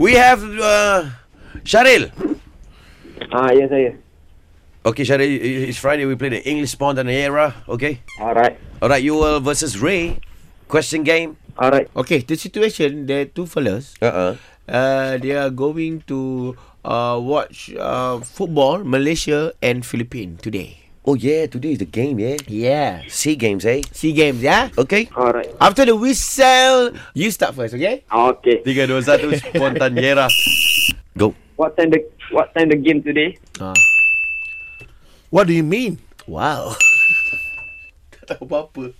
We have uh, Syaril. Ah, ya saya. Okay, Syaril, i- i- it's Friday. We play the English Spontaneera. Okay. Alright. All right, you will versus Ray. Question game. Alright. Okay, the situation, there are two fellas. Uh-uh. Uh, they are going to uh, watch uh, football, Malaysia and Philippines today. Oh, yeah. Today is the game, yeah? Yeah. Sea games, eh? Sea games, yeah? Okay. Alright. After the whistle, you start first, okay? Okay. 3, 2, 1, Spontaneera. Go. What time the what time the game today? Ah. What do you mean? Wow. tak tahu apa-apa.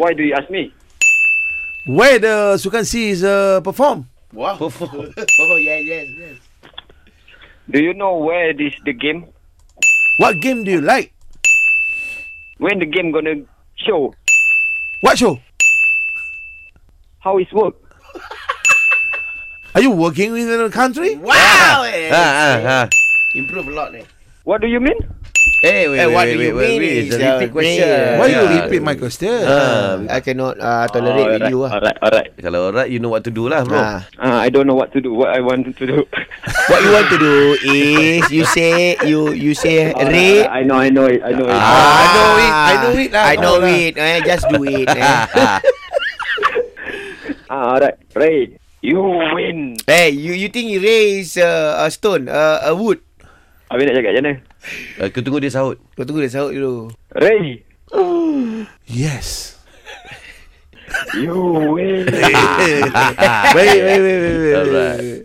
Why do you ask me? Where the Sukan Sea is uh, perform? Wow. Perform. Perform, Oh, yes, yes, yes. Do you know where this the game? What game do you like? When the game gonna show? What show? How it's work? Are you working with another country? Wow! eh. Ah, ah, ah. Improve a lot, eh. What do you mean? Hey, wait, Eh, wait, wait, what do you wait, wait, mean wait. It's a is, uh, repeat question. Ray? Why you Yeah. repeat my question? Uh, I cannot uh, Oh, tolerate with you ah. Alright, alright. kalau alright, you know what to do lah, bro. Ah. Uh, I don't know what to do. What I want to do. What you want to do is you say you you say Ray. Alright, Ah, I know, I know it. I know it. Ah. I know it, I know it lah, I know come on lah. it. Eh, just do it. Eh. Ah, alright. Ray, you win. hey, you you think Ray is uh, a stone, uh, a wood? Habis nak cakap macam mana? Uh, aku tunggu dia sahut. Kau tunggu dia sahut dulu. Ray, Yes. you win. Ah. Eh, wait, wait, wait, wait, wait. wait. Alright.